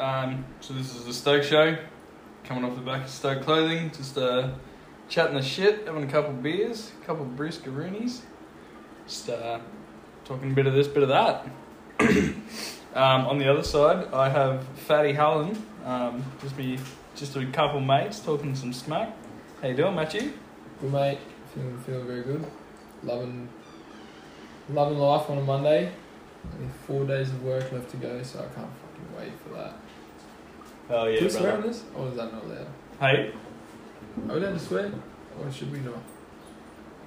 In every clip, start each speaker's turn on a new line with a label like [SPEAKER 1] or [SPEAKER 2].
[SPEAKER 1] Um, so this is the Stoke show, coming off the back of Stoke clothing, just uh, chatting the shit, having a couple beers, a couple bruscaroonies, just uh, talking a bit of this, bit of that. um, on the other side, I have Fatty Hallen, um, just be just a couple mates talking some smack. How you doing, Matchy?
[SPEAKER 2] Good mate, feeling feeling very good. Loving loving life on a Monday. Only four days of work left to go, so I can't fucking wait for that.
[SPEAKER 1] Oh
[SPEAKER 2] Can we swear on this? Or is that not allowed?
[SPEAKER 1] Hey,
[SPEAKER 2] Are we allowed to swear? Or should we not?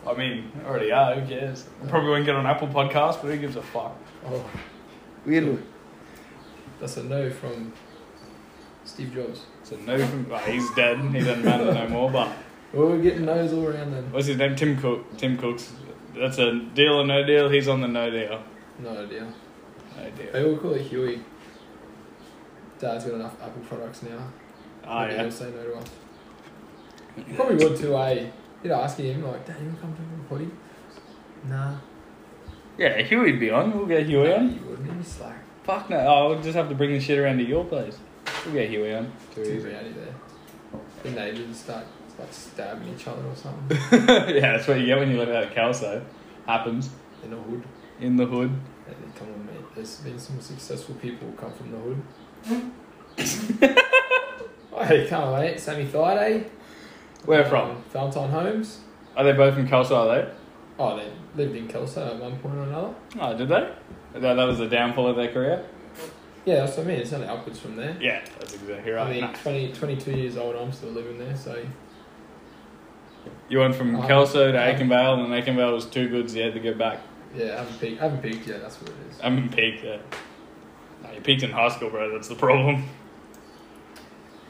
[SPEAKER 1] I mean, I already are. Who cares? Probably won't get on Apple Podcast, but who gives a fuck?
[SPEAKER 2] Oh,
[SPEAKER 3] Weird.
[SPEAKER 2] that's a no from Steve Jobs.
[SPEAKER 1] So no, well, he's dead. He doesn't matter no more. But
[SPEAKER 2] Well, we're getting no's all around then.
[SPEAKER 1] what's his name? Tim Cook. Tim Cook's. That's a deal or no deal. He's on the no deal.
[SPEAKER 2] No idea.
[SPEAKER 1] No deal.
[SPEAKER 2] They all call it Huey. Dad's got enough Apple products now.
[SPEAKER 1] Oh
[SPEAKER 2] Maybe
[SPEAKER 1] yeah.
[SPEAKER 2] he'll say no to us. Probably would too, eh? You know, asking him like, Dad, you wanna come to the potty? Nah.
[SPEAKER 1] Yeah, Huey'd be on. We'll get Huey
[SPEAKER 2] Nah,
[SPEAKER 1] on.
[SPEAKER 2] You wouldn't even slack.
[SPEAKER 1] Fuck no. Oh, I'll just have to bring the shit around to your place. We'll get Huey on. Too
[SPEAKER 2] Too
[SPEAKER 1] easy.
[SPEAKER 2] rowdy there. The neighbours start like stabbing each other or something
[SPEAKER 1] yeah, that's what you get when you live out of Calso. Happens
[SPEAKER 2] in the hood.
[SPEAKER 1] in the hood.
[SPEAKER 2] Hey, come on, mate. There's been some successful people who come from the hood. Oh, hey, come on, mate. Sammy Thaiday.
[SPEAKER 1] Where from?
[SPEAKER 2] Valentine Holmes.
[SPEAKER 1] Are they both from Kelso? Are they?
[SPEAKER 2] Oh, they lived in Kelso at one point or another.
[SPEAKER 1] Oh, did they? That, that was the downfall of their career.
[SPEAKER 2] Yeah, that's what I mean. It's only upwards from there.
[SPEAKER 1] Yeah, that's exactly
[SPEAKER 2] I
[SPEAKER 1] right.
[SPEAKER 2] mean, 20, 22 years old, I'm still living there, so
[SPEAKER 1] You went from
[SPEAKER 2] Um,
[SPEAKER 1] Kelso to
[SPEAKER 2] um,
[SPEAKER 1] Aikenvale, and Aikenvale was too good, so you had to go back.
[SPEAKER 2] yeah, I haven't peaked, I haven't peaked yet, that's what it is.
[SPEAKER 1] I'm in peak there. No, you peaked in high school, bro. That's the problem.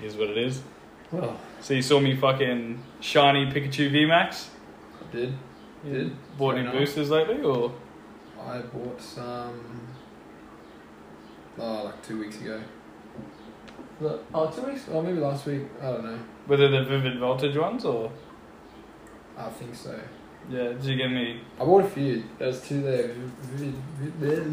[SPEAKER 1] Is what it is.
[SPEAKER 2] Well,
[SPEAKER 1] So you saw me fucking shiny Pikachu VMAX.
[SPEAKER 2] I did. You did?
[SPEAKER 1] Bought any
[SPEAKER 2] Fair enough.
[SPEAKER 1] boosters lately, or
[SPEAKER 2] I bought some. Oh, like two weeks ago. Look, oh, two weeks? Oh, maybe last week. I don't know.
[SPEAKER 1] whether the Vivid Voltage ones, or
[SPEAKER 2] I think so.
[SPEAKER 1] yeah, did you get me?
[SPEAKER 2] I bought a few. There's two there. V- v-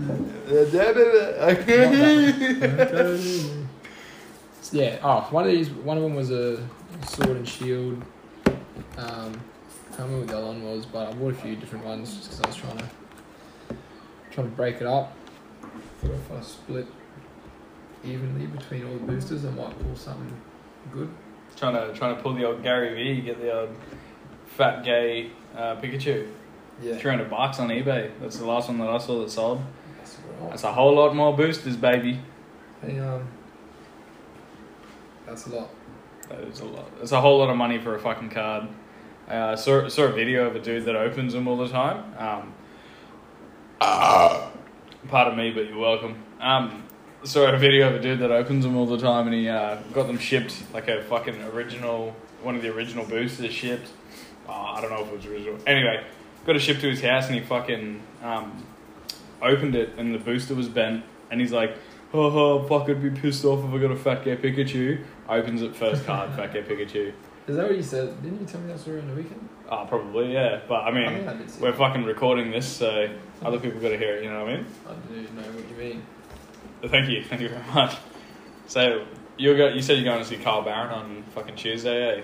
[SPEAKER 2] v- yeah. Oh, one of these. One of them was a sword and shield. Um, I can't remember what the other one was, but I bought a few different ones just because I was trying to trying to break it up. Thought if I split evenly between all the boosters, I might pull something good.
[SPEAKER 1] Trying to trying to pull the old Gary V, get the old fat gay uh, Pikachu.
[SPEAKER 2] Yeah.
[SPEAKER 1] Three hundred bucks on eBay. That's the last one that I saw that sold.
[SPEAKER 2] That's all right.
[SPEAKER 1] That's a whole lot more boosters, baby.
[SPEAKER 2] Hey, um, that's a lot.
[SPEAKER 1] That is a lot. It's a whole lot of money for a fucking card. I uh, saw saw a video of a dude that opens them all the time. Um, pardon me, but you're welcome. Um, saw a video of a dude that opens them all the time, and he uh, got them shipped like a fucking original one of the original boosters shipped. Uh, I don't know if it was original. Anyway, got it shipped to his house, and he fucking um, opened it, and the booster was bent, and he's like. Oh, oh, fuck, I'd be pissed off if I got a fat gay Pikachu. Opens it first card, fat gay Pikachu.
[SPEAKER 2] Is that what you said? Didn't you tell me that story on the weekend?
[SPEAKER 1] Ah, probably, yeah. But I
[SPEAKER 2] I think
[SPEAKER 1] mean,
[SPEAKER 2] I did see
[SPEAKER 1] we're
[SPEAKER 2] that.
[SPEAKER 1] fucking recording this, so other people got to hear it, you know what I mean?
[SPEAKER 2] I do know what you mean.
[SPEAKER 1] But thank you, thank you very much. So, you're go- you said you're going to see Carl Barron on fucking Tuesday, eh?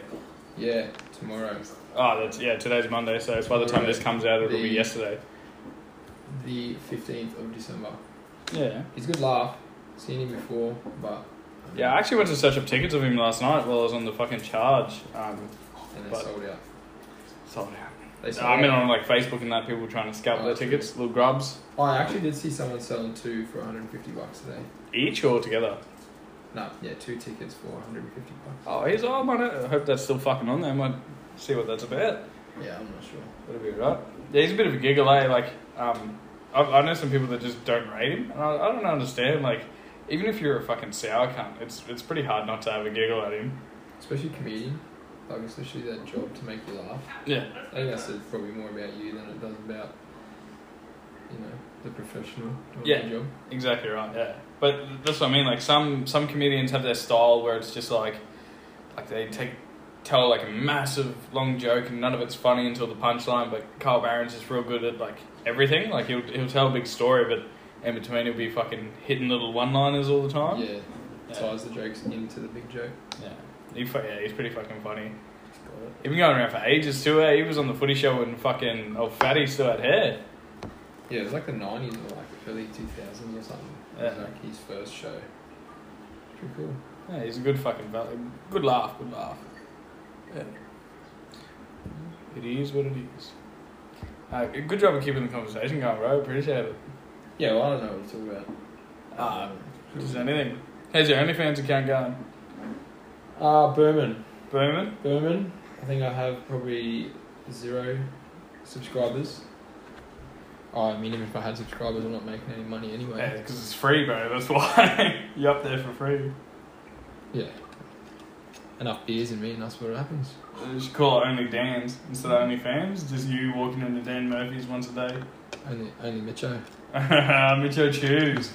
[SPEAKER 2] Yeah, tomorrow.
[SPEAKER 1] Oh, that's, yeah, today's Monday, so by the time this comes out, it'll be yesterday.
[SPEAKER 2] The 15th of December.
[SPEAKER 1] Yeah.
[SPEAKER 2] He's a good laugh. Seen him before, but.
[SPEAKER 1] Yeah, I actually went to search up tickets of him last night while I was on the fucking charge. Um,
[SPEAKER 2] And they
[SPEAKER 1] but-
[SPEAKER 2] sold out.
[SPEAKER 1] sold out.
[SPEAKER 2] They sold
[SPEAKER 1] I mean,
[SPEAKER 2] out.
[SPEAKER 1] on like Facebook and that, people trying to scalp
[SPEAKER 2] Oh,
[SPEAKER 1] their
[SPEAKER 2] that's good.
[SPEAKER 1] tickets, little grubs.
[SPEAKER 2] Oh, I actually did see someone selling two for 150 bucks today.
[SPEAKER 1] Each or together?
[SPEAKER 2] No, yeah, two tickets for 150 bucks.
[SPEAKER 1] Oh, he's oh, I might, I hope that's still fucking on there. I might see what that's about.
[SPEAKER 2] Yeah, I'm not sure.
[SPEAKER 1] That'll be right. Yeah, he's a bit of a giggle, eh? Like, um, I, I know some people that just don't rate him, and I, I don't understand. Like, even if you're a fucking sour cunt, it's it's pretty hard not to have a giggle at him.
[SPEAKER 2] Especially comedian. Like, especially that job to make you laugh.
[SPEAKER 1] Yeah.
[SPEAKER 2] I think that says probably more about you than it does about, you know, the professional doing
[SPEAKER 1] Yeah.
[SPEAKER 2] the job.
[SPEAKER 1] Exactly right. Yeah, but that's what I mean. Like some some comedians have their style where it's just like, like they take tell like a massive long joke and none of it's funny until the punchline. But Carl Barron's just real good at like everything. Like he'll he'll tell a big story, but in between he'll be fucking hitting little one liners all the time.
[SPEAKER 2] Yeah,
[SPEAKER 1] Yeah.
[SPEAKER 2] ties the jokes into the big joke.
[SPEAKER 1] Yeah. He, fu- yeah, he's pretty fucking funny.
[SPEAKER 2] Got it.
[SPEAKER 1] He's been going around for ages too, eh? He was on the footy show when fucking old Fatty still had hair.
[SPEAKER 2] Yeah, it was like the nineties or like early two thousands or something. It was
[SPEAKER 1] Yeah.
[SPEAKER 2] like his first show. Pretty cool.
[SPEAKER 1] Yeah, he's a good fucking fella. Good laugh, good laugh. Yeah. It is what it is. Uh, good job of keeping the conversation going, bro. Appreciate it.
[SPEAKER 2] Yeah, well I don't know what to talk about.
[SPEAKER 1] Ah, Just anything. How's your OnlyFans account going?
[SPEAKER 2] Uh, Berman.
[SPEAKER 1] Booming?
[SPEAKER 2] Berman. I think I have probably zero subscribers. Oh, I mean, even if I had subscribers, I'm not making any money
[SPEAKER 1] Yeah,
[SPEAKER 2] anyway.
[SPEAKER 1] because it's free, bro. That's why. You're up there for free.
[SPEAKER 2] Yeah. Enough beers in me, and that's what happens.
[SPEAKER 1] You should call it Only Dan's instead of Only Fans. Just you walking into Dan Murphy's once a day.
[SPEAKER 2] Only, only Micho.
[SPEAKER 1] Micho chews.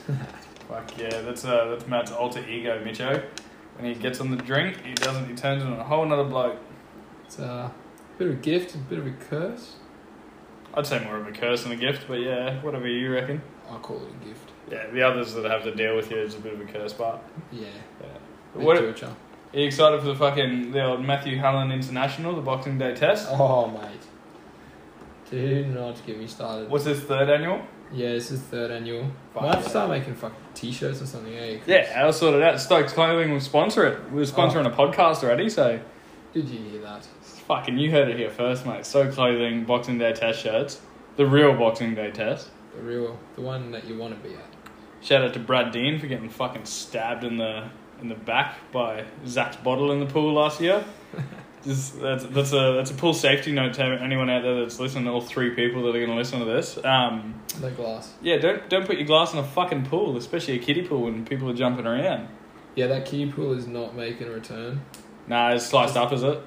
[SPEAKER 1] Fuck yeah, that's uh, that's Matt's alter ego, Micho. When he gets on the drink, he doesn't. He turns into a whole nother bloke.
[SPEAKER 2] It's uh, a bit of a gift, a bit of a curse.
[SPEAKER 1] I'd say more of a curse than a gift, but yeah, whatever you reckon.
[SPEAKER 2] I'll call it a gift.
[SPEAKER 1] Yeah, the others that have to deal with you is a bit of a curse part.
[SPEAKER 2] Yeah.
[SPEAKER 1] Yeah.
[SPEAKER 2] Bit
[SPEAKER 1] What, are
[SPEAKER 2] torture.
[SPEAKER 1] you excited for the fucking the old Matthew Helen International, the Boxing Day test?
[SPEAKER 2] Oh, mate. Dude, not to get me started.
[SPEAKER 1] What's this third annual?
[SPEAKER 2] Yeah, this is third annual.
[SPEAKER 1] Fuck
[SPEAKER 2] Might have to
[SPEAKER 1] yeah.
[SPEAKER 2] start making fucking t-shirts or something, eh? 'Cause-
[SPEAKER 1] Yeah, I'll sort it out. Stokes Clothing will sponsor it. We were sponsoring a podcast already, so
[SPEAKER 2] Did you hear that?
[SPEAKER 1] fucking you heard it here first, mate. Stokes Clothing Boxing Day test shirts, the real Boxing Day test.
[SPEAKER 2] The real, the one that you want to be at.
[SPEAKER 1] Shout out to Brad Dean for getting fucking stabbed in the in the back by Zach's bottle in the pool last year. Just, that's that's a that's a pool safety note to anyone out there that's listening. All three people that are going to listen to this. Um,
[SPEAKER 2] No glass.
[SPEAKER 1] yeah, don't don't put your glass in a fucking pool, especially a kiddie pool when people are jumping around.
[SPEAKER 2] Yeah, that kiddie pool is not making a return.
[SPEAKER 1] Nah, it's sliced up, is it?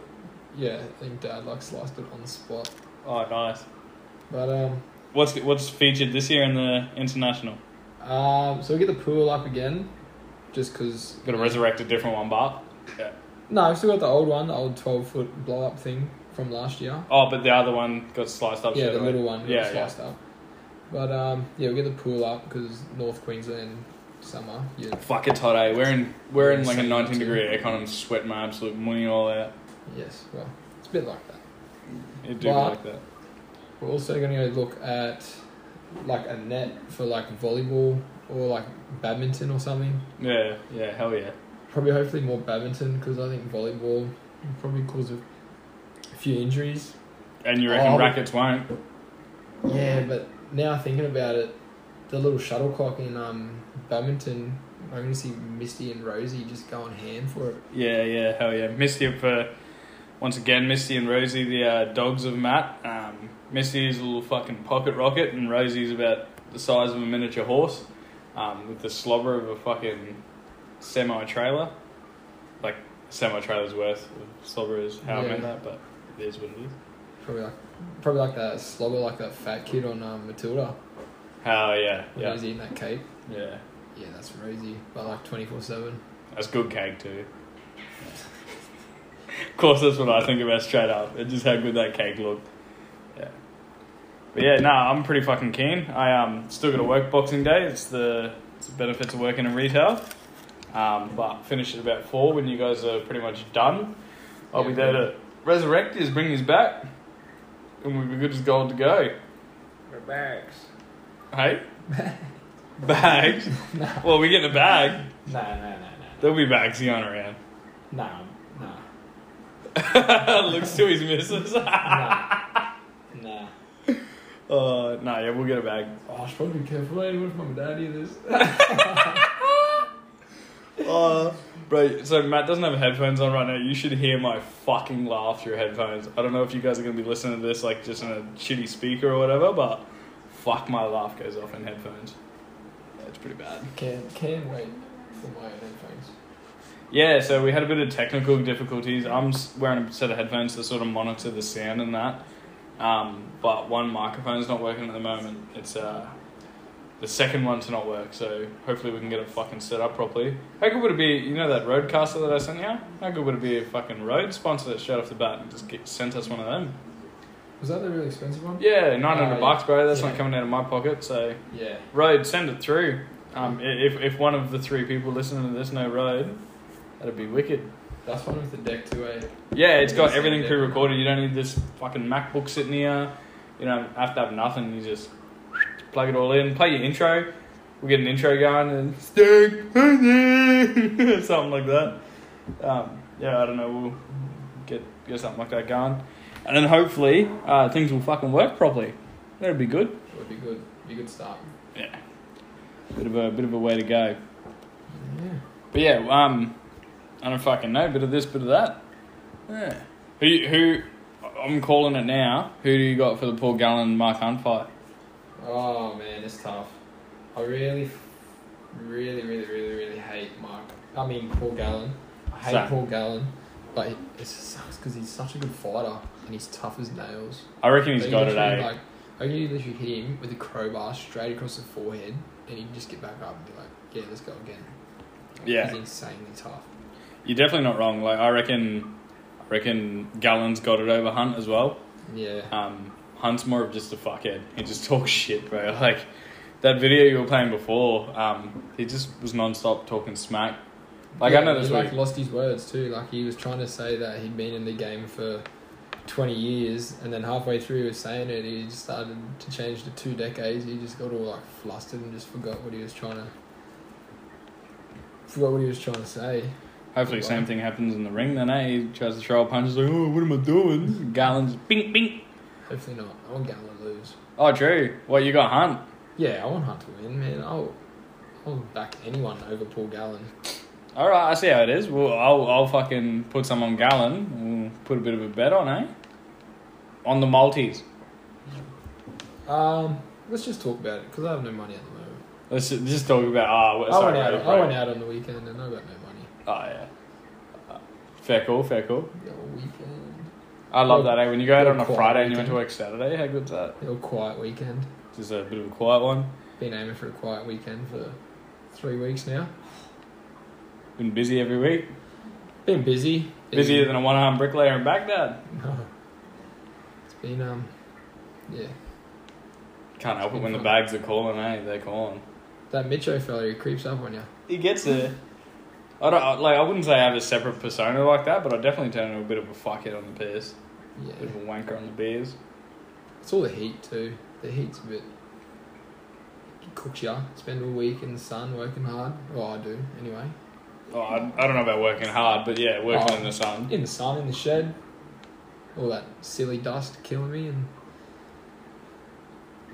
[SPEAKER 2] Yeah, I think Dad like sliced it on the spot.
[SPEAKER 1] Oh, nice.
[SPEAKER 2] But um,
[SPEAKER 1] What's what's featured this year in the international?
[SPEAKER 2] um, so we get the pool up again, just cause.
[SPEAKER 1] Got to resurrect a different one, Bart.
[SPEAKER 2] No, I've still got the old one, the old twelve foot blow up thing from last year.
[SPEAKER 1] Oh, but the other one got sliced up.
[SPEAKER 2] Yeah,
[SPEAKER 1] straight
[SPEAKER 2] the
[SPEAKER 1] away.
[SPEAKER 2] little one. Yeah,
[SPEAKER 1] Yeah, yeah.
[SPEAKER 2] sliced up. But um, yeah, we get the pool up because North Queensland summer. Yeah,
[SPEAKER 1] Fuck it's hot, eh? We're in we're in like a
[SPEAKER 2] Same
[SPEAKER 1] 19
[SPEAKER 2] too.
[SPEAKER 1] degree aircon. I'm sweating my absolute money all out.
[SPEAKER 2] yes. Well, it's a bit like that.
[SPEAKER 1] It do
[SPEAKER 2] Wow.
[SPEAKER 1] like that.
[SPEAKER 2] We're also going to go look at like a net for like volleyball or like badminton or something.
[SPEAKER 1] Yeah, yeah, hell yeah.
[SPEAKER 2] Probably, hopefully, more badminton because I think volleyball will probably cause a a few injuries.
[SPEAKER 1] And you reckon
[SPEAKER 2] Oh.
[SPEAKER 1] rackets won't?
[SPEAKER 2] Yeah, but now thinking about it, the little shuttlecock in um, badminton, I'm going to see Misty and Rosie just going ham for it.
[SPEAKER 1] Yeah, yeah, hell yeah. Misty for once again, Misty and Rosie, the uh, dogs of Matt. Um, Misty is a little fucking pocket rocket, and Rosie's about the size of a miniature horse, um, with the slobber of a fucking semi trailer. Like semi trailer's worth of slobber is how I meant
[SPEAKER 2] Yeah.
[SPEAKER 1] that, but it is what it is.
[SPEAKER 2] Probably like, probably like that slobber, like that fat kid on um, Matilda
[SPEAKER 1] Hell yeah,
[SPEAKER 2] when
[SPEAKER 1] yeah,
[SPEAKER 2] he's eating that cake.
[SPEAKER 1] yeah.
[SPEAKER 2] Yeah, that's Rosie, but like 24 7.
[SPEAKER 1] That's good cake too. of course, that's what I think about straight up. It's just how good that cake looked. Yeah. But yeah, no, I'm pretty fucking keen. I um still got to work Boxing Day. It's the it's the benefits of working in retail. Um, but finish at about four when you guys are pretty much done. I'll be
[SPEAKER 2] Yeah,
[SPEAKER 1] there
[SPEAKER 2] bro.
[SPEAKER 1] to resurrect his, bring his back, and we'll be good as gold to go.
[SPEAKER 2] We're bags.
[SPEAKER 1] Hey. Bags. Well, we get a bag.
[SPEAKER 2] No, no, no,
[SPEAKER 1] There'll be bags going around.
[SPEAKER 2] no. No, no.
[SPEAKER 1] Looks to his missus.
[SPEAKER 2] No. no.
[SPEAKER 1] Uh, nah, yeah, we'll get it back.
[SPEAKER 2] Oh, I should probably be careful, eh? What if my dad hears this?
[SPEAKER 1] Uh, bro, so Matt doesn't have headphones on right now. You should hear my fucking laugh through headphones. I don't know if you guys are gonna be listening to this like just in a shitty speaker or whatever, but fuck, my laugh goes off in headphones. Yeah, it's pretty bad.
[SPEAKER 2] Can, can wait for my own headphones.
[SPEAKER 1] Yeah, so we had a bit of technical difficulties. I'm s- wearing a set of headphones to sort of monitor the sound and that. Um, but one microphone's not working at the moment. It's uh, the second one to not work, so hopefully we can get it fucking set up properly. How good would it be, you know that Roadcaster that I sent you? How good would it be if fucking Road sponsored it straight off the bat and just get, sent us one of them?
[SPEAKER 2] Was that the really expensive one?
[SPEAKER 1] Yeah, 900
[SPEAKER 2] Oh, yeah.
[SPEAKER 1] bucks, bro. That's
[SPEAKER 2] Yeah.
[SPEAKER 1] not coming out of my pocket, so
[SPEAKER 2] Yeah.
[SPEAKER 1] Road, send it through. Um, i- if if one of the three people listening to this know road, that'd be wicked.
[SPEAKER 2] That's one with the deck too, eh?
[SPEAKER 1] Yeah, it's got
[SPEAKER 2] Yeah,
[SPEAKER 1] everything
[SPEAKER 2] yeah.
[SPEAKER 1] pre-recorded. You don't need this fucking MacBook sitting here. You don't have to have nothing. You just plug it all in, play your intro. We get an intro going and something like that. Um, yeah, I don't know. We'll get get something like that going, and then hopefully uh, things will fucking work properly. That'd be good.
[SPEAKER 2] It would be good. Be a good start.
[SPEAKER 1] Yeah, bit of a bit of a way to go.
[SPEAKER 2] Yeah.
[SPEAKER 1] But yeah, um, I don't fucking know. Bit of this, bit of that. Yeah. Who who? I'm calling it now. Who do you got for the Paul Gallen Mark Hunt fight?
[SPEAKER 2] Oh man, it's tough. I really, really, really, really, really hate Mark. I mean Paul Gallen. I hate
[SPEAKER 1] Same.
[SPEAKER 2] Paul Gallen, but it, it just sucks because he's such a good fighter and he's tough as nails.
[SPEAKER 1] I reckon he's
[SPEAKER 2] But you
[SPEAKER 1] got it.
[SPEAKER 2] literally,
[SPEAKER 1] Eh?
[SPEAKER 2] Like, I can literally hit him with a crowbar straight across the forehead, and he'd just get back up and be like, "Yeah, let's go again."
[SPEAKER 1] Yeah,
[SPEAKER 2] He's insanely tough.
[SPEAKER 1] you're definitely not wrong. Like I reckon, I reckon Gallen's got it over Hunt as well.
[SPEAKER 2] Yeah.
[SPEAKER 1] Um, Hunt's more of just a fuckhead. He just talks shit, bro. Like that video you were playing before. Um, he just was non-stop talking smack. Like I
[SPEAKER 2] Yeah,
[SPEAKER 1] know this
[SPEAKER 2] he,
[SPEAKER 1] week.
[SPEAKER 2] like lost his words too. Like he was trying to say that he'd been in the game for twenty years, and then halfway through he was saying it, he just started to change to two decades. He just got all like flustered and just forgot what he was trying to. Forgot what he was trying to say.
[SPEAKER 1] Hopefully, same thing happens in the ring. Then, eh? He tries to throw a punch. He's like, oh, what am I doing? Garland's bing bing.
[SPEAKER 2] Hopefully not. I want Gallon to lose.
[SPEAKER 1] Oh, true. What you got, Hunt?
[SPEAKER 2] Yeah, I want Hunt to win, man. I'll, I'll back anyone over Paul Gallen.
[SPEAKER 1] All right, I see how it is. Well, I'll I'll fucking put some on Gallon. We'll put a bit of a bet on, eh? On the Maltese.
[SPEAKER 2] Um, let's just talk about it because I have no money at the moment.
[SPEAKER 1] Let's ju- just talk about ah. Oh,
[SPEAKER 2] I went out. I went out on the weekend and I got no money.
[SPEAKER 1] Oh yeah. Uh, Fair call, fair call.
[SPEAKER 2] The whole weekend.
[SPEAKER 1] I love that. Eh? When you go out
[SPEAKER 2] Well,
[SPEAKER 1] on a
[SPEAKER 2] quiet
[SPEAKER 1] Friday and you went to
[SPEAKER 2] weekend.
[SPEAKER 1] work Saturday, how good's that?
[SPEAKER 2] The whole quiet weekend.
[SPEAKER 1] Just a bit of a quiet one.
[SPEAKER 2] Been aiming for a quiet weekend for three weeks now.
[SPEAKER 1] Been busy every week.
[SPEAKER 2] Been busy. Been,
[SPEAKER 1] Busier than a one-armed bricklayer in Baghdad.
[SPEAKER 2] No. It's been um, yeah.
[SPEAKER 1] Can't help it when the bags are calling, eh? They're calling.
[SPEAKER 2] That Mitcho fella who creeps up on you.
[SPEAKER 1] He gets a. I don't I- like. I wouldn't say I have a separate persona like that, but I definitely turn into a bit of a fuckhead on the beers,
[SPEAKER 2] Yeah.
[SPEAKER 1] a bit of a wanker on the beers.
[SPEAKER 2] It's all the heat too. The heat's a bit cooks you. Spend all week in the sun working hard. Well, I do anyway.
[SPEAKER 1] Oh, I, I don't know about working hard, but yeah, working
[SPEAKER 2] Oh.
[SPEAKER 1] in the sun.
[SPEAKER 2] In the sun, in the shed. All that silly dust killing me and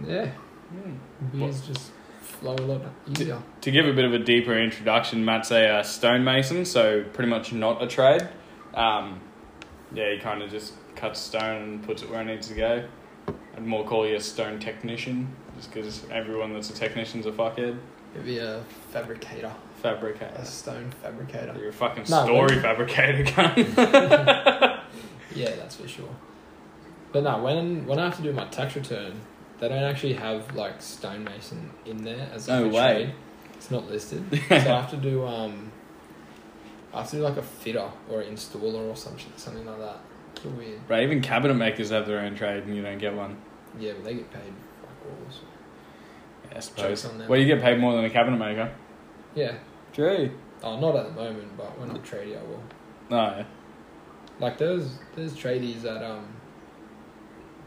[SPEAKER 2] yeah,
[SPEAKER 1] Hmm.
[SPEAKER 2] beers just flow a lot easier.
[SPEAKER 1] To give a bit of a deeper introduction, Matt's a uh, stonemason, so pretty much not a trade. Um, yeah, he kind of just cuts stone and puts it where it needs to go. I'd more call you a stone technician, just because everyone that's a technician's a fuckhead.
[SPEAKER 2] It'd be a fabricator,
[SPEAKER 1] Fabricator.
[SPEAKER 2] a stone fabricator.
[SPEAKER 1] You're a fucking
[SPEAKER 2] Uh, No,
[SPEAKER 1] story
[SPEAKER 2] when-
[SPEAKER 1] fabricator, cunt.
[SPEAKER 2] Yeah, that's for sure. But no, when when I have to do my tax return, they don't actually have like stonemason in there as
[SPEAKER 1] No
[SPEAKER 2] a
[SPEAKER 1] way.
[SPEAKER 2] trade. It's not listed, so I have to do um, I have to do like a fitter or an installer or something something like that. It's all weird.
[SPEAKER 1] Right, even cabinet makers have their own trade, and you don't get one.
[SPEAKER 2] Yeah, but they get paid fuck all. So.
[SPEAKER 1] I suppose.
[SPEAKER 2] Jokes on them.
[SPEAKER 1] Well, you get paid more than a cabinet maker.
[SPEAKER 2] Yeah.
[SPEAKER 1] True.
[SPEAKER 2] Oh, not at the moment, but when I'm tradie, I will.
[SPEAKER 1] No. yeah.
[SPEAKER 2] Like there's there's tradies at um,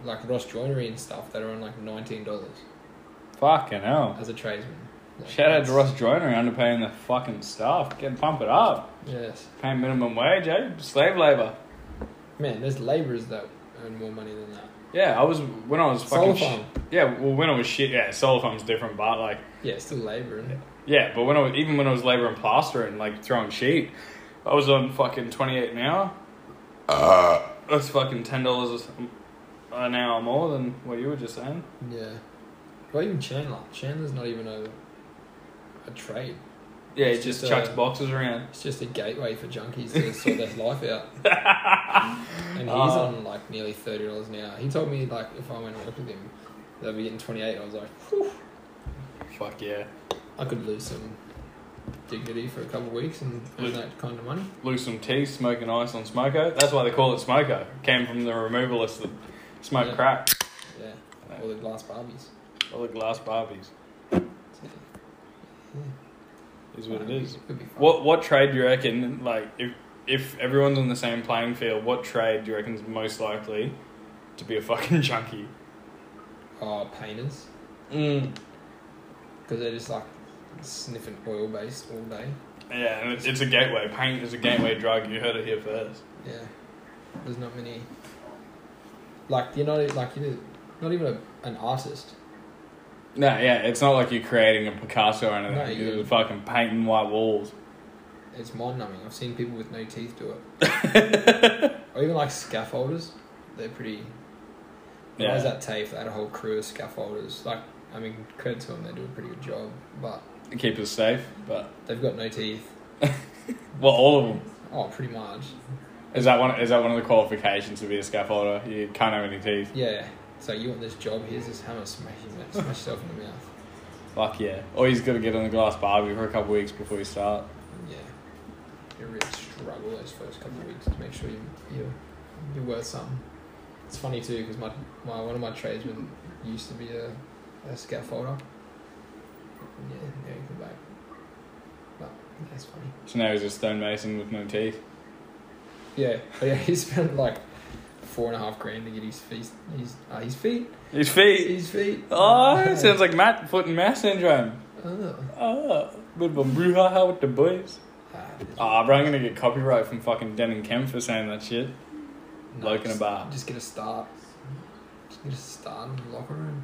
[SPEAKER 2] like Ross Joinery and stuff that are on like nineteen dollars
[SPEAKER 1] Fucking hell.
[SPEAKER 2] as a tradesman. Like,
[SPEAKER 1] Shout out to
[SPEAKER 2] that's-
[SPEAKER 1] Ross Joyner underpaying the fucking staff. Get pump it up.
[SPEAKER 2] Yes.
[SPEAKER 1] Pay minimum wage, eh? Slave labour.
[SPEAKER 2] Man, there's labourers that earn more money than that.
[SPEAKER 1] Yeah, I was when I was
[SPEAKER 2] Solar
[SPEAKER 1] fucking.
[SPEAKER 2] farm.
[SPEAKER 1] Sh- yeah, well, when I was shit, yeah, solar farm's different, but like,
[SPEAKER 2] Yeah, it's still labouring.
[SPEAKER 1] yeah, but when I was, even when I was labouring plaster and like throwing sheet, I was on fucking twenty eight an hour. Uh, that's fucking ten dollars an hour more than what you were just saying.
[SPEAKER 2] Yeah. Well, even Chandler. Chandler's not even a a trade.
[SPEAKER 1] Yeah,
[SPEAKER 2] It's
[SPEAKER 1] it just
[SPEAKER 2] just, uh,
[SPEAKER 1] chucks boxes around.
[SPEAKER 2] It's just a gateway for junkies to sort their life out. And he's
[SPEAKER 1] Uh.
[SPEAKER 2] on like nearly thirty dollars an hour. He told me like if I went and worked with him, they'd be getting twenty eight. I was like, Whew,
[SPEAKER 1] Fuck yeah.
[SPEAKER 2] I could lose some dignity for a couple of weeks and earn
[SPEAKER 1] Look.
[SPEAKER 2] that kind of money.
[SPEAKER 1] Lose some tea, smoking ice on Smoko. That's why they call it Smoko. Came from the removalists that smoke
[SPEAKER 2] Yeah.
[SPEAKER 1] crack.
[SPEAKER 2] Yeah, all the glass barbies.
[SPEAKER 1] All the glass barbies. Is what it is.
[SPEAKER 2] Could be fun.
[SPEAKER 1] What what trade do you reckon? Like if if everyone's on the same playing field, what trade do you reckon is most likely to be a fucking junkie?
[SPEAKER 2] Oh, painters.
[SPEAKER 1] Mm.
[SPEAKER 2] Because they're just like sniffing oil based all day.
[SPEAKER 1] Yeah, and it's, it's a gateway. Paint is a gateway drug. You heard it here first.
[SPEAKER 2] Yeah. There's not many. Like, you're not, e- like, you're not even a, an artist.
[SPEAKER 1] No, yeah, it's not like you're creating a Picasso or anything.
[SPEAKER 2] No, you-
[SPEAKER 1] you're fucking painting white walls.
[SPEAKER 2] It's mind numbing. I've seen people with no teeth do it. or even like scaffolders. They're pretty. When I was
[SPEAKER 1] Yeah.
[SPEAKER 2] at TAFE, they had a whole crew of scaffolders. Like, I mean, credit to them, they do a pretty good job. But
[SPEAKER 1] Keep us safe, but
[SPEAKER 2] they've got no teeth.
[SPEAKER 1] well, all of them.
[SPEAKER 2] Oh, pretty much.
[SPEAKER 1] Is that one? Is that one of the qualifications to be a scaffolder? You can't have any teeth.
[SPEAKER 2] Yeah. So you want this job? Here's this hammer. Smash, it- smash yourself in the mouth.
[SPEAKER 1] Fuck yeah! Or he's got to get on the glass barbie for a couple of weeks before you start.
[SPEAKER 2] Yeah. You really struggle those first couple of weeks to make sure you, you're, you're worth something. It's funny too because my, my one of my tradesmen used to be a, a scaffolder. And yeah, now you come back. But that's funny.
[SPEAKER 1] So now he's a stonemason with no teeth.
[SPEAKER 2] Yeah, but yeah, he spent like four and a half grand to get his feet, his uh, his feet,
[SPEAKER 1] His feet.
[SPEAKER 2] his feet.
[SPEAKER 1] Oh, it sounds like Matt foot and mouth syndrome.
[SPEAKER 2] Oh.
[SPEAKER 1] Oh, bit of a brouhaha with the boys.
[SPEAKER 2] Ah, it is-
[SPEAKER 1] Ah, bro, I'm gonna get copyright from fucking Den and Kemp for saying that shit.
[SPEAKER 2] no,
[SPEAKER 1] Bloke in a
[SPEAKER 2] just-
[SPEAKER 1] bar.
[SPEAKER 2] Just get a start. Just get a start in the locker room.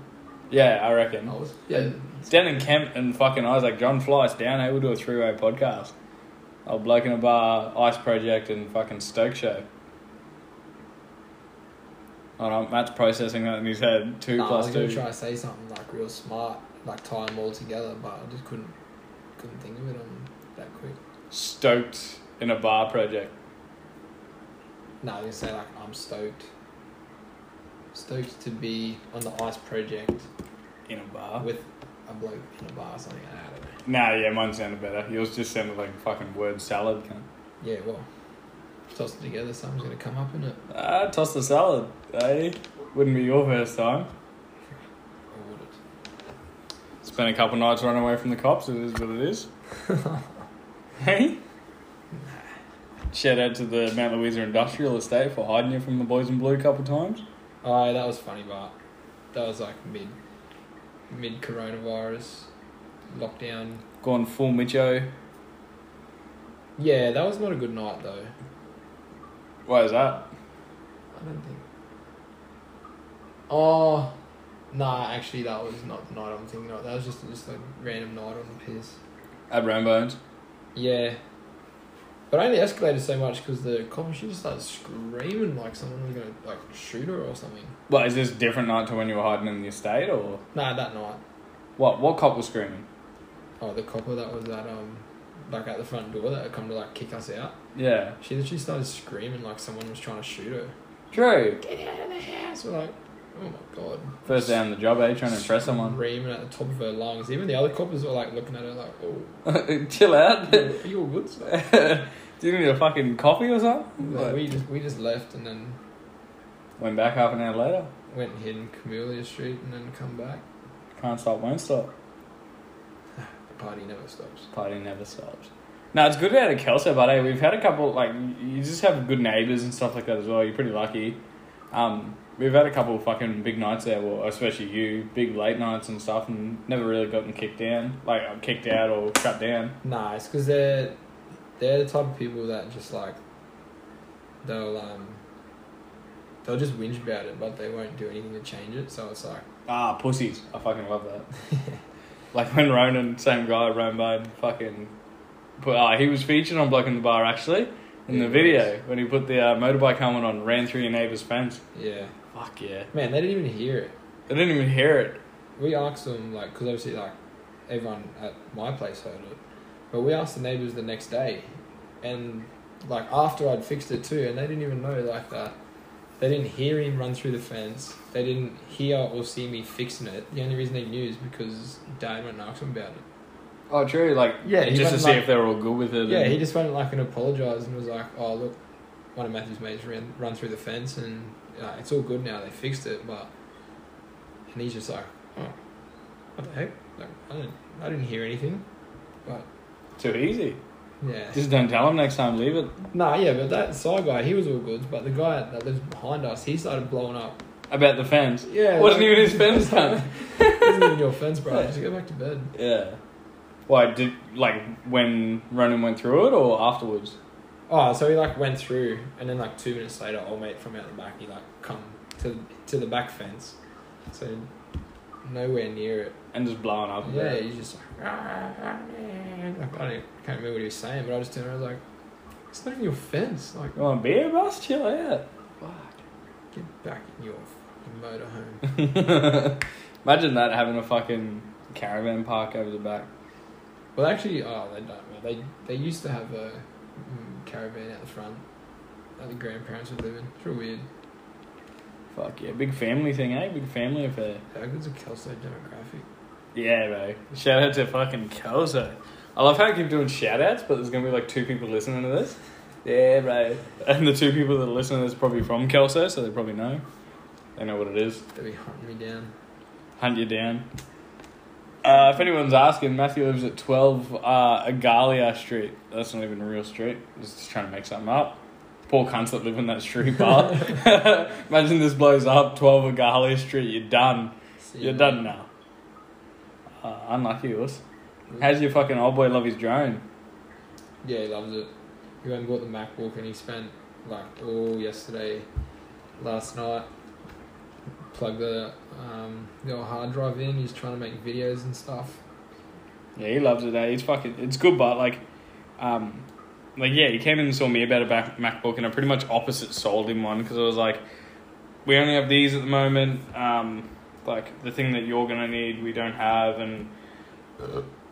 [SPEAKER 1] Yeah, I reckon.
[SPEAKER 2] I was, yeah,
[SPEAKER 1] Dan and Kemp and fucking Isaac John fly us down. Hey, we'll do a three way podcast. Old bloke in a bar, Ice Project, and fucking Stoke Show. Oh no, Matt's processing that in his head. Two
[SPEAKER 2] Nah, I
[SPEAKER 1] plus
[SPEAKER 2] was gonna
[SPEAKER 1] two.
[SPEAKER 2] try to say something like real smart, like tie them all together, but I just couldn't couldn't think of it on that quick.
[SPEAKER 1] Stoked in a bar project.
[SPEAKER 2] No, I was gonna say like I'm stoked, stoked to be on the ice project
[SPEAKER 1] In a bar.
[SPEAKER 2] with a bloke in a bar or something. I don't know.
[SPEAKER 1] Nah, yeah, mine sounded better. Yours just sounded like fucking word salad. cunt.
[SPEAKER 2] Yeah, well, toss it together, something's gonna come up in it.
[SPEAKER 1] Ah, toss the salad. Hey, wouldn't be your first time.
[SPEAKER 2] Or would it?
[SPEAKER 1] Spent a couple nights running away from the cops. It is what it is. hey. Shout out to the Mount Louisa Industrial Estate for hiding you from the boys in blue a couple times.
[SPEAKER 2] Oh, that was funny, but that was like mid mid coronavirus lockdown.
[SPEAKER 1] Gone full Micho.
[SPEAKER 2] Yeah, that was not a good night though.
[SPEAKER 1] Why is that?
[SPEAKER 2] I don't think. Oh, nah. Actually, that was not the night I'm thinking of. That was just just a random night on the piss.
[SPEAKER 1] At Rambones.
[SPEAKER 2] Yeah, but I only escalated so much because the cop she just started screaming like someone was gonna like shoot her or something.
[SPEAKER 1] What, is this a different night to when you were hiding in the estate or
[SPEAKER 2] Nah, that night.
[SPEAKER 1] what? What cop was screaming?
[SPEAKER 2] Oh, the copper that was at um, like at the front door that had come to like kick us out.
[SPEAKER 1] Yeah.
[SPEAKER 2] She literally started screaming like someone was trying to shoot her.
[SPEAKER 1] True.
[SPEAKER 2] Get out of the house! We're like, oh my god.
[SPEAKER 1] First day on the job, eh? Trying to impress someone.
[SPEAKER 2] Screaming at the top of her lungs. Even the other coppers were like looking at her like, oh.
[SPEAKER 1] Chill out. Do
[SPEAKER 2] Are you all good? sir?
[SPEAKER 1] you need a fucking coffee or something?
[SPEAKER 2] Like,
[SPEAKER 1] Like,
[SPEAKER 2] we just we just left and then
[SPEAKER 1] went back half an hour later.
[SPEAKER 2] went and hid in Camellia Street and then come back.
[SPEAKER 1] Can't stop, won't stop.
[SPEAKER 2] The party never stops.
[SPEAKER 1] Party never stops. No, it's good out of Kelso, but hey, we've had a couple like you just have good neighbours and stuff like that as well. You're pretty lucky. Um, we've had a couple of fucking big nights there, well, especially you, big late nights and stuff, and never really gotten kicked down, like uh, kicked out or shut down.
[SPEAKER 2] Nah, it's because they're they're the type of people that just like they'll um they'll just whinge about it, but they won't do anything to change it. So it's like
[SPEAKER 1] Ah, pussies! I fucking love that. like when Ronan, same guy, Ronan, fucking, put, ah, he was featured on Block in the Bar actually in
[SPEAKER 2] Yeah,
[SPEAKER 1] the
[SPEAKER 2] he
[SPEAKER 1] video when he put the uh, motorbike helmet on, ran through your neighbour's fence.
[SPEAKER 2] yeah,
[SPEAKER 1] Fuck yeah!
[SPEAKER 2] man, they didn't even hear it.
[SPEAKER 1] I didn't even hear it.
[SPEAKER 2] We asked them like because obviously like everyone at my place heard it, but we asked the neighbors the next day, and like after I'd fixed it too, and they didn't even know like that. They didn't hear him run through the fence. They didn't hear or see me fixing it. The only reason they knew is because Dad went and asked him about it.
[SPEAKER 1] Oh, true. Like
[SPEAKER 2] Yeah, he
[SPEAKER 1] just to
[SPEAKER 2] went
[SPEAKER 1] see
[SPEAKER 2] like-
[SPEAKER 1] if they were all good with it.
[SPEAKER 2] Yeah,
[SPEAKER 1] and-
[SPEAKER 2] he just went like and apologized and was like, "Oh look, one of Matthew's mates ran run through the fence, and uh, it's all good now. They fixed it." But and he's just like, "Oh, what the heck? Like, I didn't, I didn't hear anything." But
[SPEAKER 1] Too easy.
[SPEAKER 2] yeah.
[SPEAKER 1] Just don't tell him next time. Leave it.
[SPEAKER 2] Nah, yeah, but that side guy, he was all good. But the guy that lives behind us, he started blowing up.
[SPEAKER 1] About the fence.
[SPEAKER 2] Yeah.
[SPEAKER 1] Wasn't even his fence done.
[SPEAKER 2] wasn't even your fence, bro. Just go back to bed.
[SPEAKER 1] Yeah. Why did like when Ronan went through it or afterwards?
[SPEAKER 2] Oh, so he like went through, and then like two minutes later, old mate from out the back, he like come to to the back fence, so nowhere near it.
[SPEAKER 1] And just blowing up. about
[SPEAKER 2] Yeah,
[SPEAKER 1] it?
[SPEAKER 2] he's just like, "Ah, like I don't, can't remember what he was saying, but I just turned around and was like, it's not even your fence, like
[SPEAKER 1] You want a beer, boss? Chill out. Fuck.
[SPEAKER 2] get back in your fucking motorhome.
[SPEAKER 1] Imagine that having a fucking caravan park over the back.
[SPEAKER 2] well, actually, oh, they don't. Well, they they used to have a mm, caravan out the front that the grandparents would live in. It's real weird.
[SPEAKER 1] Fuck yeah, big family thing, eh? Big family affair.
[SPEAKER 2] How good's a Kelso demographic?
[SPEAKER 1] Yeah, bro. Shout out to fucking Kelso. I love how I keep doing shout outs, but there's gonna be like two people listening to this. Yeah, bro. And the two people that are listening to this are probably from Kelso, so they probably know. They know what it is.
[SPEAKER 2] They'd be hunting me down.
[SPEAKER 1] Hunt you down. Uh, if anyone's asking, Matthew lives at 12 uh, Agalia Street. That's not even a real street. Just, just trying to make something up. Poor cunts that live in that street bar. Imagine this blows up 12 Agalia Street. You're done.
[SPEAKER 2] See
[SPEAKER 1] You're
[SPEAKER 2] you
[SPEAKER 1] done now. Uh, unlucky us. How's your fucking old boy love his drone?
[SPEAKER 2] Yeah, he loves it. He went and bought the MacBook and he spent like all yesterday, last night, plugged the um, the old hard drive in. He's trying to make videos and stuff.
[SPEAKER 1] Yeah, he loves it. Eh? He's fucking. It's good, but like, um, like yeah, he came in and saw me about a back, MacBook, and I pretty much opposite sold him one because I was like, we only have these at the moment. Um, like the thing that you're gonna need, we don't have, and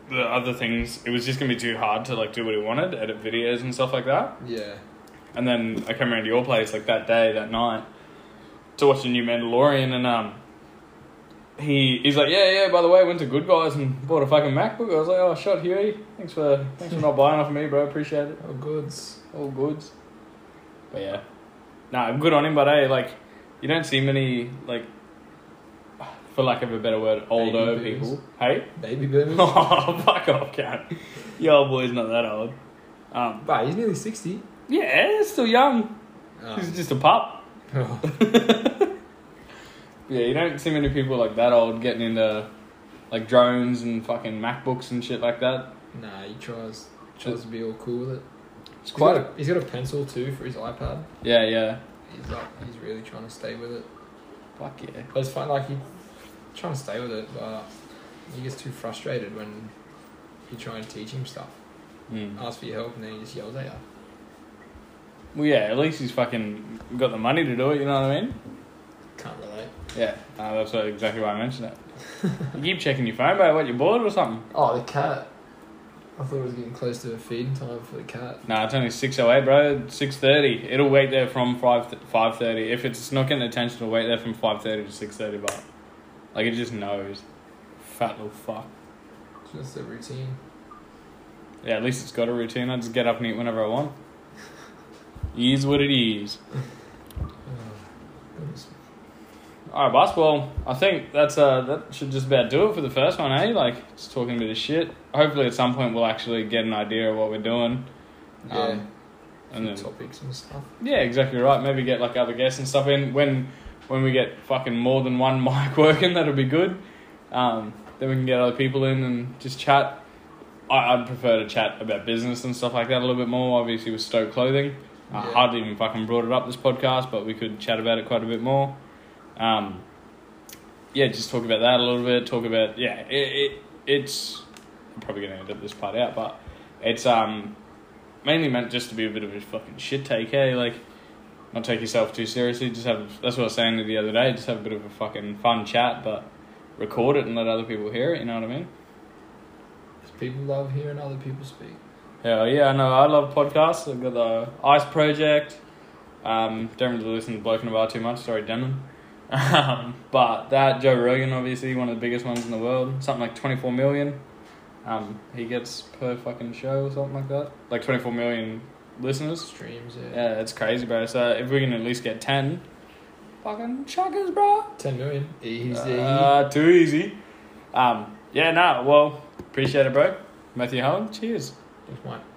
[SPEAKER 1] the other things. It was just gonna be too hard to like do what he wanted, edit videos and stuff like that.
[SPEAKER 2] Yeah,
[SPEAKER 1] And then I came around to your place like that day, that night, to watch the new Mandalorian, and um, he he's like, yeah, yeah. By the way, I went to Good Guys and bought a fucking MacBook. I was like, oh, shot Huey. Thanks for thanks for not buying off me, bro. Appreciate it.
[SPEAKER 2] oh goods.
[SPEAKER 1] All goods. But yeah, nah, good on him. But hey, like, you don't see many like, for lack of a better word, older
[SPEAKER 2] Baby boomers.
[SPEAKER 1] people. Hey,
[SPEAKER 2] Baby boomers.
[SPEAKER 1] oh fuck off, cunt. Your old boy's not that old. Um,
[SPEAKER 2] but he's nearly sixty.
[SPEAKER 1] yeah, still young. He's
[SPEAKER 2] Um, oh,
[SPEAKER 1] just a pup. Yeah, you don't see many people like that old getting into like drones and fucking MacBooks and shit like that.
[SPEAKER 2] nah, he tries tries to be all cool with it.
[SPEAKER 1] It's
[SPEAKER 2] He's
[SPEAKER 1] quite.
[SPEAKER 2] got a, he's got a pencil too for his iPad.
[SPEAKER 1] yeah, yeah.
[SPEAKER 2] He's like he's really trying to stay with it.
[SPEAKER 1] Fuck yeah.
[SPEAKER 2] But it's fun, like he trying to stay with it, but he gets too frustrated when you try and teach him stuff.
[SPEAKER 1] Mm.
[SPEAKER 2] Ask for your help and then he just yells at you.
[SPEAKER 1] Well, yeah. At least he's fucking got the money to do it. You know what I mean?
[SPEAKER 2] Can't relate.
[SPEAKER 1] Yeah. Uh, that's what- exactly why I mentioned it. you keep checking your phone, bro. What you bored or something?
[SPEAKER 2] Oh, the cat. I thought it was getting close to feeding time for the cat.
[SPEAKER 1] Nah, it's only six oh eight, bro. Six thirty. It'll wait there from five th- five thirty. If it's not getting attention, it'll wait there from five thirty to six thirty. But like, it just knows. Fat little fuck.
[SPEAKER 2] It's just a routine.
[SPEAKER 1] Yeah, at least it's got a routine. I just get up and eat whenever I want. Is what it is.
[SPEAKER 2] Oh, goodness.
[SPEAKER 1] All right, boss. Well, I think that's uh that should just about do it for the first one, eh? Like just talking a bit of shit. Hopefully, at some point, we'll actually get an idea of what we're doing.
[SPEAKER 2] yeah,
[SPEAKER 1] Um, And then,
[SPEAKER 2] topics and stuff.
[SPEAKER 1] yeah, exactly right. Maybe get like other guests and stuff in when when we get fucking more than one mic working. That'll be good. Um, then we can get other people in and just chat. I, I'd prefer to chat about business and stuff like that a little bit more. Obviously, with Stoke Clothing, I
[SPEAKER 2] Yeah.
[SPEAKER 1] hardly even fucking brought it up this podcast, but we could chat about it quite a bit more. Um, yeah, just talk about that a little bit. Talk about yeah, it, it it's I'm probably gonna edit this part out, but it's um mainly meant just to be a bit of a fucking shit take. Hey, like not take yourself too seriously. Just have that's what I was saying the other day. Just have a bit of a fucking fun chat, but record it and let other people hear it. You know what I mean?
[SPEAKER 2] 'Cause people love hearing other people speak.
[SPEAKER 1] Hell yeah, I know. I love podcasts. I've got the Ice Project. Um, don't really listen to Bloke in a Bar too much. Sorry, Demon. Um, but that Joe Rogan, obviously one of the biggest ones in the world. Something like twenty four million. Um, he gets per fucking show or something like that. Like twenty four million listeners.
[SPEAKER 2] Streams, yeah.
[SPEAKER 1] Yeah, it's crazy, bro. So if we can at least get ten, fucking chuckers, bro.
[SPEAKER 2] 10 million. Easy.
[SPEAKER 1] Uh, too easy. Um, yeah, no. Well, appreciate it, bro.
[SPEAKER 4] Matthew Holland, cheers.
[SPEAKER 1] Just one.